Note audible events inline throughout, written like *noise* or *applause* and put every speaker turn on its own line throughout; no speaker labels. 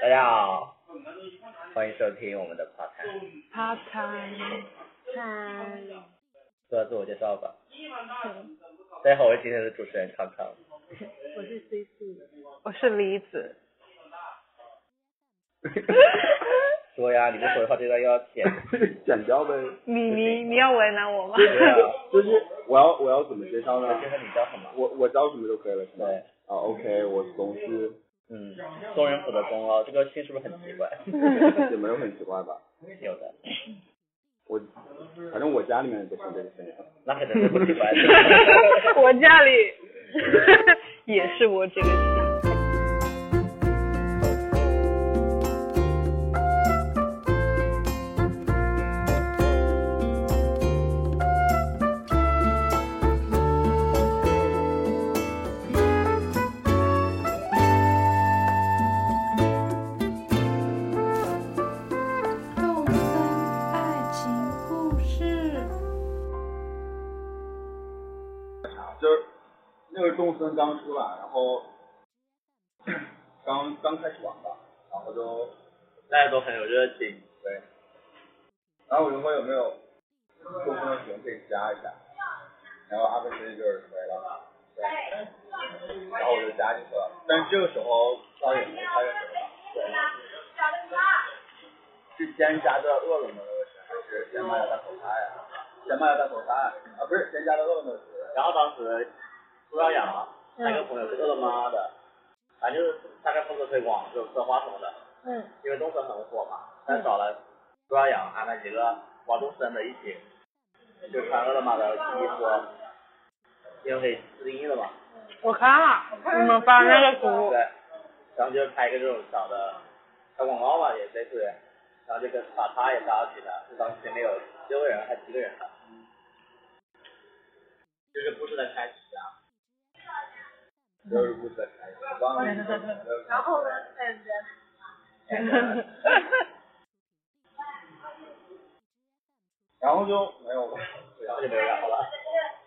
大家好，欢迎收听我们的 Part Time。
Part time，
嗨，
做自我介绍吧。
嗯
大家好，我是今天的主持人康康。
我是 C C，
我是梨子。
说呀，你不说的话，这段又要剪。
*laughs* 剪掉呗。
你你你要为难我吗？
对
*laughs*
啊，
就是我要我要怎么介绍呢
那？先说你叫什么？
我我叫什么就可以了，是吗？
对，
啊，OK，我总是
嗯，松仁浦的松哦，这个姓是不是很奇怪？
也没有很奇怪吧？
有的，
我反正我家里面都是这个声音。
那可真是不奇 *laughs* 怪。
我家里 *laughs* 也是我这个姓。
动漫爱情故事。
就是那个动森刚出来，然后 *clears throat* 刚刚开始玩吧，然后就
大家都很有热情。
对，然后我就问有没有动森的群可以加一下，然后阿贝斯就是回了，对，然后我就加进去了，但是这个时候倒也没太认识了，对，是先加的恶龙的那个群，还是先卖的大口袋呀？先卖的大口袋啊，不是先加的恶龙的群。
然后当时不知道养了，他跟朋友是饿了么的，反正就是他在负责推广，就是策划什么的。
嗯，
因为东森很火嘛，
嗯
他找了朱朝阳他们几个玩东森的一起，就穿饿了么的衣服，因为给自定义的嘛，
我看了，你们发啊那个图，
对，然后就拍一个这种小的小广告嘛，也类似于，然后就跟把他也加到群了，就当时群里有六个人还七个人了，这是故事的开始啊，
就是不是开始，忘了。然后呢？然后就没有了，
然后就没有然后了，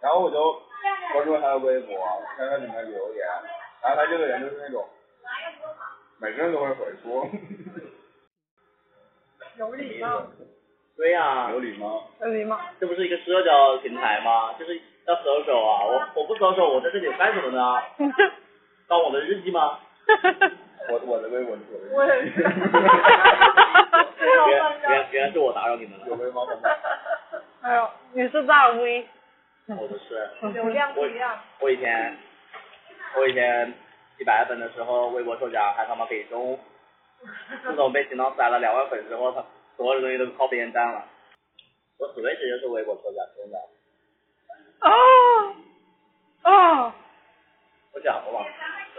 然后我就关注他的微博，看他里面留言，然后他这个人就是那种，每个人都会回复，
有礼貌，
对呀、啊
有，礼貌。
礼 *laughs* 貌。
这不是一个社交平台吗？就是要搜手啊！我我不搜手，我在这里干什么呢？当我的日记吗？
我我的微博是有
我
微
也是，
原原原来是我打扰你们
有
了，
微猫吗？
哎呦，你是大 V，
我不是。
流量不一样，
我以前我以前几百粉的时候，微博抽奖还他妈给中，自从被行动塞了两万粉之后，他所有的东西都靠别人占了。我死为止就是微博抽奖，真的。
哦哦，
我讲过吧？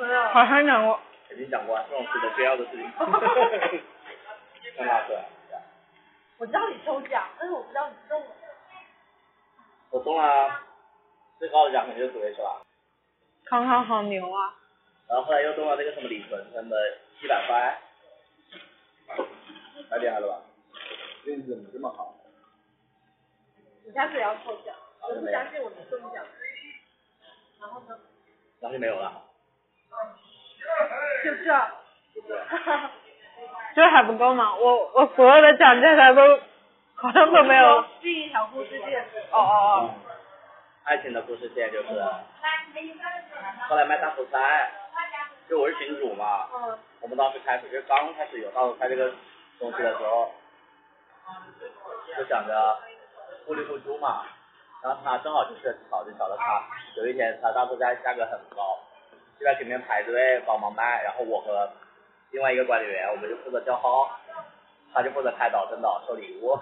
没有，
好像讲过，
肯定讲过啊，这种值得炫耀的事
*laughs*
情。真拉扯。
我知道你抽奖，但是我不知道你中了，
我中了啊最高的奖肯定是紫啊薇是吧？
康康好牛啊！
然后后来又中了那个什么李纯生的一百块，
太厉害了吧？运气怎么这么好？
你下次也要抽奖，我不相信我能中奖。然后呢？
然后就没有了。
就这，
这还不够吗？我我所有的奖项他都 *laughs* 好像都没有。哦
第一条故事线，
哦哦，
爱情的故事线就是，后来卖大头菜，就我是群主嘛，
嗯，
我们当时开始就刚开始有大头菜这个东西的时候，就想着互利互助嘛，然后他正好就是巧就巧了他，有一天他大头菜价格很高，就在前面排队帮忙卖，然后我和另外一个管理员我们就负责叫号，他就负责开导真导收礼物。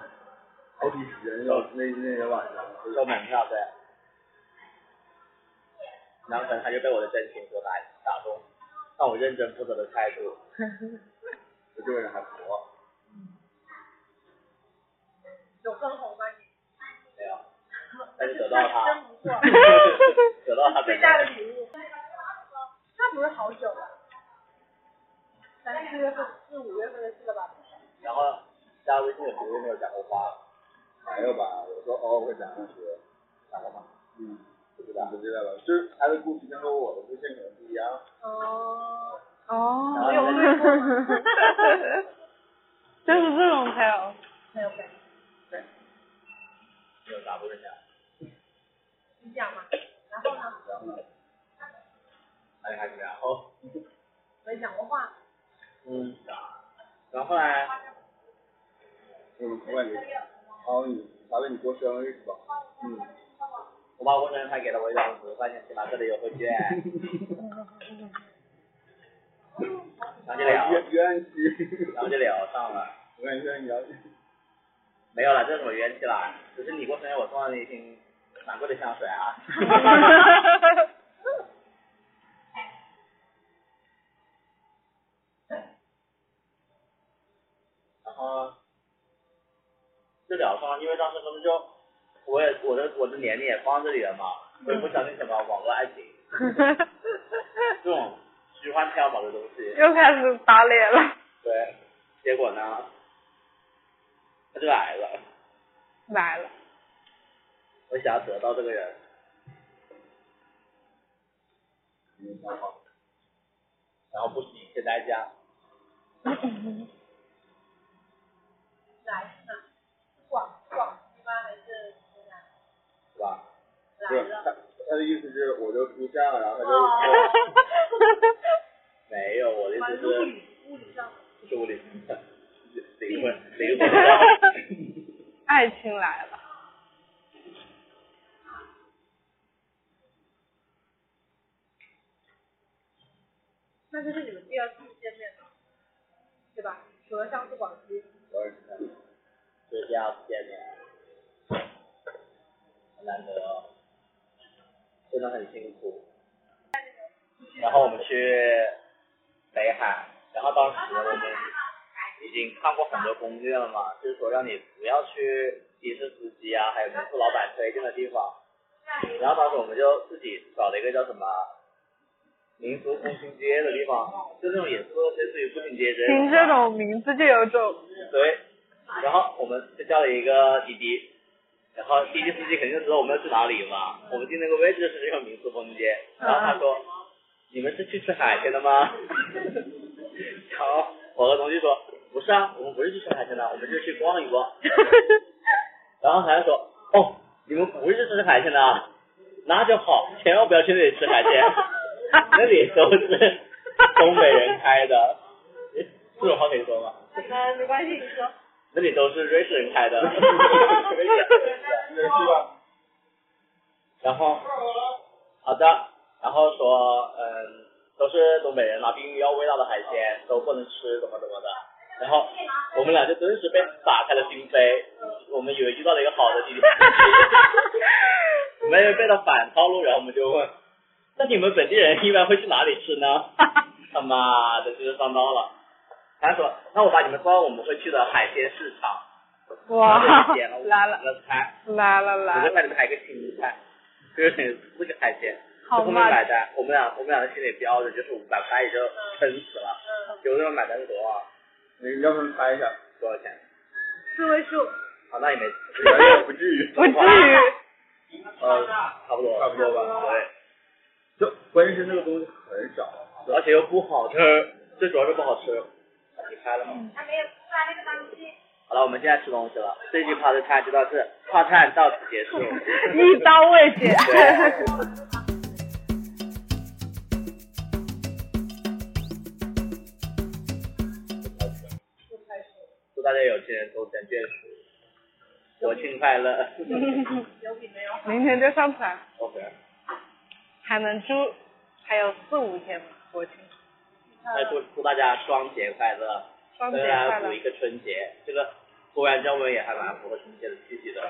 好几十人有那那天晚上，
收门票对，然后可能他就被我的真情所打打动，让我认真负责的态度，
我这个人还活。
有分红吗？你
没有，但是得到他
真，不错，
得到他
最
真
大的
的，
礼物。那不是好啊久了，三四月份、四五月份的事了
*laughs*
吧？
然后加微信的时候没有讲过话，
没有吧？我说偶尔会讲上学，讲过吗？嗯，不知道，不知道了。就是他的故事跟我的故事可能不一样。
哦，
哦
然后
就是这种才有。 *laughs*
很有感觉。
对，
没有答不人家。
你讲嘛，然后呢，
然后呢？
哎，还是然后，
没讲过话，
嗯，然后呢？
嗯，我感觉，然后你，他问你过生日是吧？
嗯，我把温人还给了我一张五块钱星巴克的优惠券，然后就聊，
冤冤屈，
然后就聊上了。
*laughs* 我感觉你要是
没有了，这是什么冤气啦？只是你过生日，我送了你一瓶蛮贵的香水啊。然后就聊上了，因为当时可能就我也我的我的年龄也放这里了嘛，我也不相信什么网络爱情这种虚幻缥缈的东西。
又开始打脸了，
对，结果呢，他就来了，
来
*laughs*
了，
我想要得到这个人，
你想好，
然后不惜一切代价。
来是哪？广广西吗？还是湖南？
是吧？
不
来
是他
了。
他的意思是我就出现了，然后他就
哦
*laughs* 说，
没有，我的意思
完了物
是，
理物理上的，
不是我的
*laughs*
灵魂灵魂 *laughs* 的话，
爱情来了，
那就是你们第二次见面了，对吧？除了上次广西，
我也是这样
就这样见面，很难得哦，真的很辛苦。然后我们去北海，然后当时我们已经看过很多攻略了嘛，就是说让你不要去的士司机啊，还有民宿老板推荐的地方。然后当时我们就自己找了一个叫什么民俗步行街的地方，就那种也是类似于步行街这
听这种名字就有
*laughs*
种
对，然后我们就叫了一个滴滴，然后滴滴司机肯定知道我们要去哪里嘛，我们定那个位置是这个民宿风街，然后他说，你们是去吃海鲜的吗？ *laughs* 然后我和同事说，不是啊，我们不是去吃海鲜的，我们是去逛一逛。然后他就说，哦，你们不是去吃海鲜的啊，那就好，千万不要去那里吃
*laughs*
海鲜，那里都是东北人开的，这种话可以说吗？
嗯，没关系，你说。
那里都是瑞士人开
*laughs*
的。
你得去吧。
然后，好的，然后说，嗯，都是东北人嘛，必须要味道的海鲜都不能吃，怎么怎么的。然后我们俩就顿时被打开了心扉，我们以为遇到了一个好的弟弟，没有被他反套路，然后我们就问，那你们本地人一般会去哪里吃呢？他妈的，这就上当了。他说，那我把你们送到我们会去的海鲜市场。
哇，
点了五
*laughs* 来了
个菜，
来了
五
来
个
了，
菜里面还有一个青菜， *laughs* 就是四个海鲜。
好
后面
嘛
买单，我们俩我们俩的心里标着就是五百块也就撑死了。
嗯
有的人买单是多少？
你要不然猜一下，
多少钱？
四位数，
啊，那也
*laughs*
没，
也不至
*laughs*
于，
不至于，
呃，
差不多，
差不多吧
对，
就关键是那个东西很少，啊
而且又不好吃，最主要是不好吃。你开了
嗯
吗？好了，我们现在吃东西了。这期泡的菜就到这，泡菜到此结
*laughs*
束。
一刀未剪。
对祝大家有情人终成眷属，国庆快
*laughs*
乐。
有比没有好。
明天就上传，
OK，
还能住，还有四五天吧，国庆，啊
那祝祝大家双节快乐，
双节
再来
快
补
乐
一。个春节。这个突然降温也还蛮符合春节的气息的。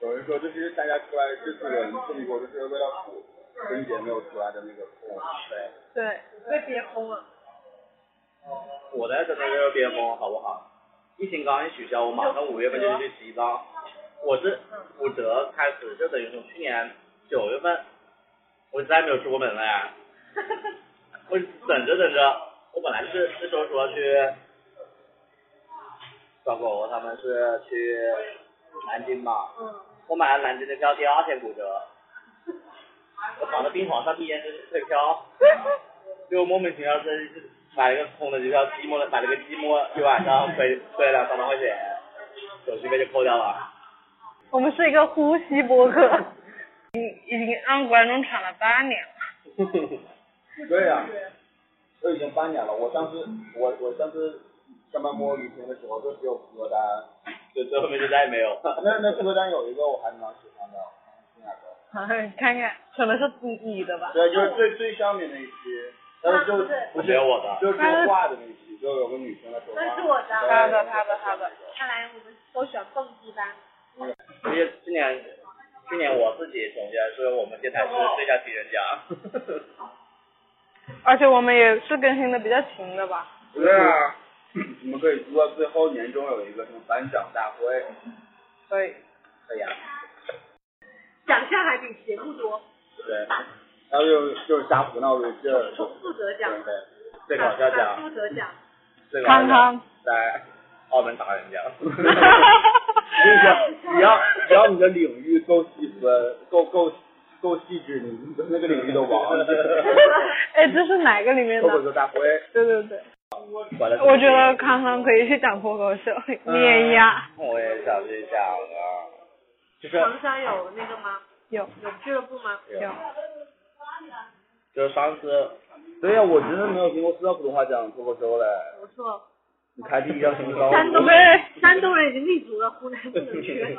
有人说就是大家出来这次人中国就是为了补春节没有出来的那个空，
对，
对，
被憋疯
*laughs*
了，
我在真的热边风好不好？疫情刚一取消，我马上五月份就去西藏。我是五折开始，就等于从去年九月份，我再也没有出过门了呀。我等着等着，我本来是那时候说去，小狗狗他们是去南京嘛，
嗯
我买了南京的票，第二天骨折，我躺在病床上，第一天就是退票，就莫名其妙这买了个空的机票，鸡摸了买了个鸡摸，一晚上亏亏了两三万块钱，手续费就扣掉了。 *laughs*
我们是一个呼吸播客， *laughs* 已已经让观众馋了八年了。 *laughs*
对呀、都已经八年了。我上次我我上次上班摸鱼评的时候，就只有复合单。
就最后面就再也没有。
那那复合单有一个我还蛮喜欢的，是哪个？
哎，看看，可能是你你的吧。
对，就是最最上面那一期，但哦呃是就不
没
是
有我的
就是说话的那一期，就有个女生的说话。
啊那是我的
对
他的他的他的。
看来我们都喜欢蹦迪吧。
因为今年去年我自己总结说我们电台是最佳评人 *laughs* 奖。
而且我们也是更新的比较勤的吧。
对啊，我们可以做到最后年终有一个什么颁奖大会，
所以，
可以啊。
奖项还比节目多，
对，然后就就是瞎胡闹这劲儿。
重复得奖
最
对，对，
搞笑
反
奖，
复得奖，
最搞笑
康
奖
*laughs*
康，
在澳门打人奖。
就是只要只要你的领域够细分，够够够细致，你的那个领域的王，
*laughs*
*laughs*
哎，这是哪个里面
脱口
的？
秀大会。
对对对，
完了
我觉得康康可以去讲脱口秀，
嗯
碾压。
我也想去讲啊，就是
长沙有那个吗？
有
有俱乐部吗？
有，
就是上次
对呀、我真的没有听过四川普通话讲脱口秀嘞。
不错，
你开第一张什么高？
山东
对，
山东人已经立足了，湖南不能缺。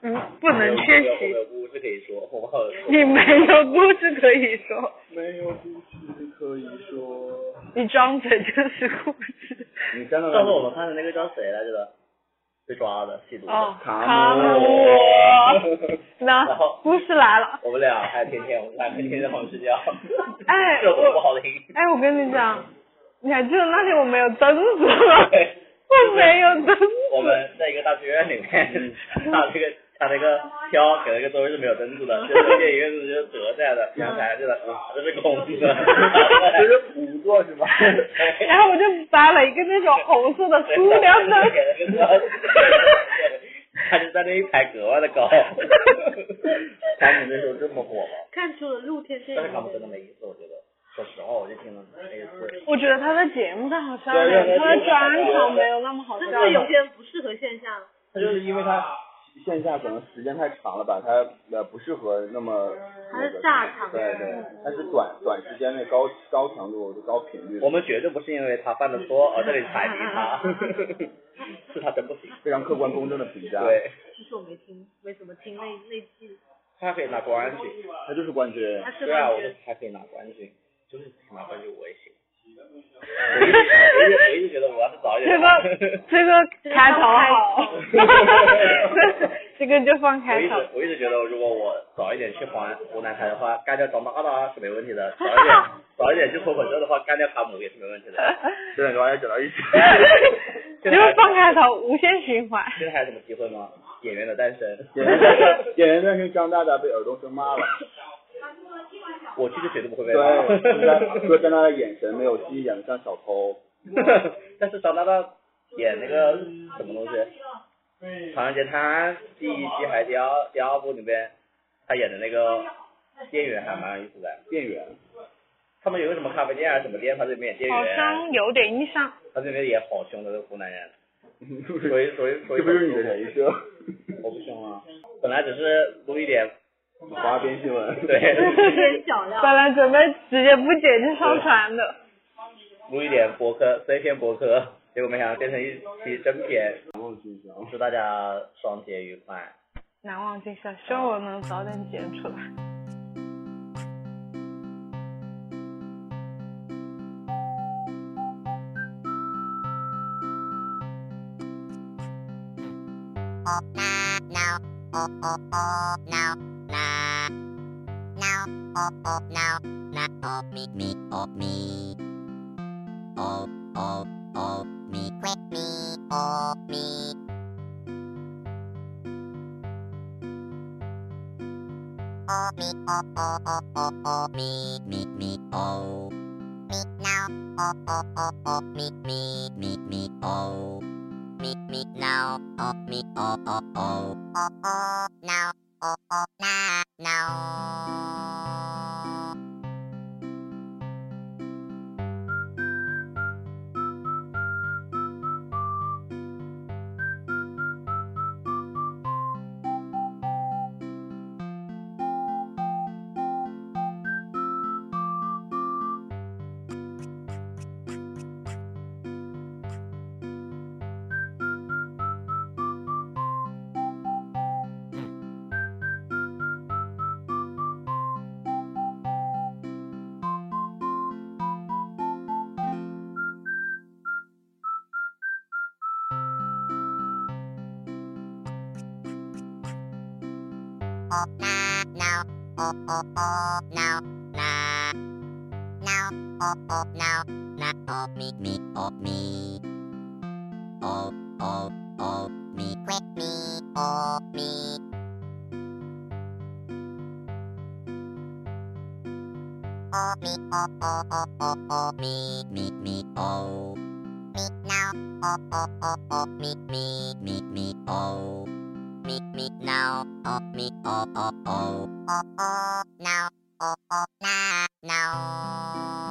嗯，不能缺
我有
席。
我有故事可以说，我忘了说。
你没有故事可以说，
没有故事可以说。
你张嘴就是故事。
你真的
上 *laughs* 次我们看的那个叫谁来着？被抓的吸毒的。
哦，
卡
卡
姆
姆，
然
那
后
故事来了。
我们俩还有天天，我们俩天天在旁睡觉。
哎
*laughs* 这
我
不好听。
哎，我跟你讲，你还记得那天我没有凳子吗？我没有凳子。
我们在一个大剧院里面， *laughs* 把那个把那个挑给了个座位是没有凳子的，就是电影院子就是折下来的，阳台去的，这是啊空的。
这是虎座是吧？
*laughs* 然后我就扒了一个那种红色的 *laughs* 塑料
*laughs* 给了，个
灯
座位他就在那一排格外的高。哎 *laughs* 他们那时候这么火吗？
看出了露天电
但是他们
影
真的没意思，我觉得。说实话，我就听了没意思。
我觉得他在节目上好笑
对对
一
对
点，他的专场没有那么好笑
真。的有些人不适合线上，
他就是因为他线下可能时间太长了吧，他呃不适合那么
还是大场
对对，他是短短时间内高高强度高频率，
我们绝对不是因为他犯的错而在这里踩
啊
低他，是他真不
*laughs*
行。
非常客观公正的评价。，
对，
其实我没听，没怎么听那那季，
他可以拿冠军。
他就是冠军
他。是
对啊，
冠
我们
军，
还可以拿冠军，就是拿冠军我也行。我
*laughs*
一直我一直我一直觉得 *laughs* 我要是早一点
这，个这个开头 *laughs* 好，这个就放
我
开
一
头。
直我一直觉得如果我早一点去华湖南台的话，干掉张大大是没问题
*laughs*
的，早一点早一点去脱口秀的话，干掉卡姆也是没问题
*laughs*
的。
这两个玩意整
*laughs*
到一起。
现
就
在
是
还
放开头，无限循环。
现在还有什么机会吗？演员的诞生，
演员诞生，演员诞生，张大大被耳东升骂了。
*laughs* 我去是绝对不会被骂
对，说
*laughs*
张说张大大眼神没有戏，演的像小偷。
*laughs* 但是张大大演那个什么东西，《唐人街探案》第一季还是第二第二部里面，他演的那个店员还蛮有意思的。
店员，
他们有个什么咖啡店啊还是什么店，他这边演店
好
员，
像有点印象，
他这边也好凶的，这个湖南人。
是不
所
是
以所以所以
这不是你的人设？
我不凶啊，本来只是录一点，
花边新闻。
对，
有点脚
*laughs*
料。
本来准备直接不剪就上传的。
录一点博客碎片博客，结果没想到变成一期真片。
*laughs* 然后去想
祝大家双节愉快。
难忘今宵，希望我能早点剪出来。
now, oh, oh, now, now.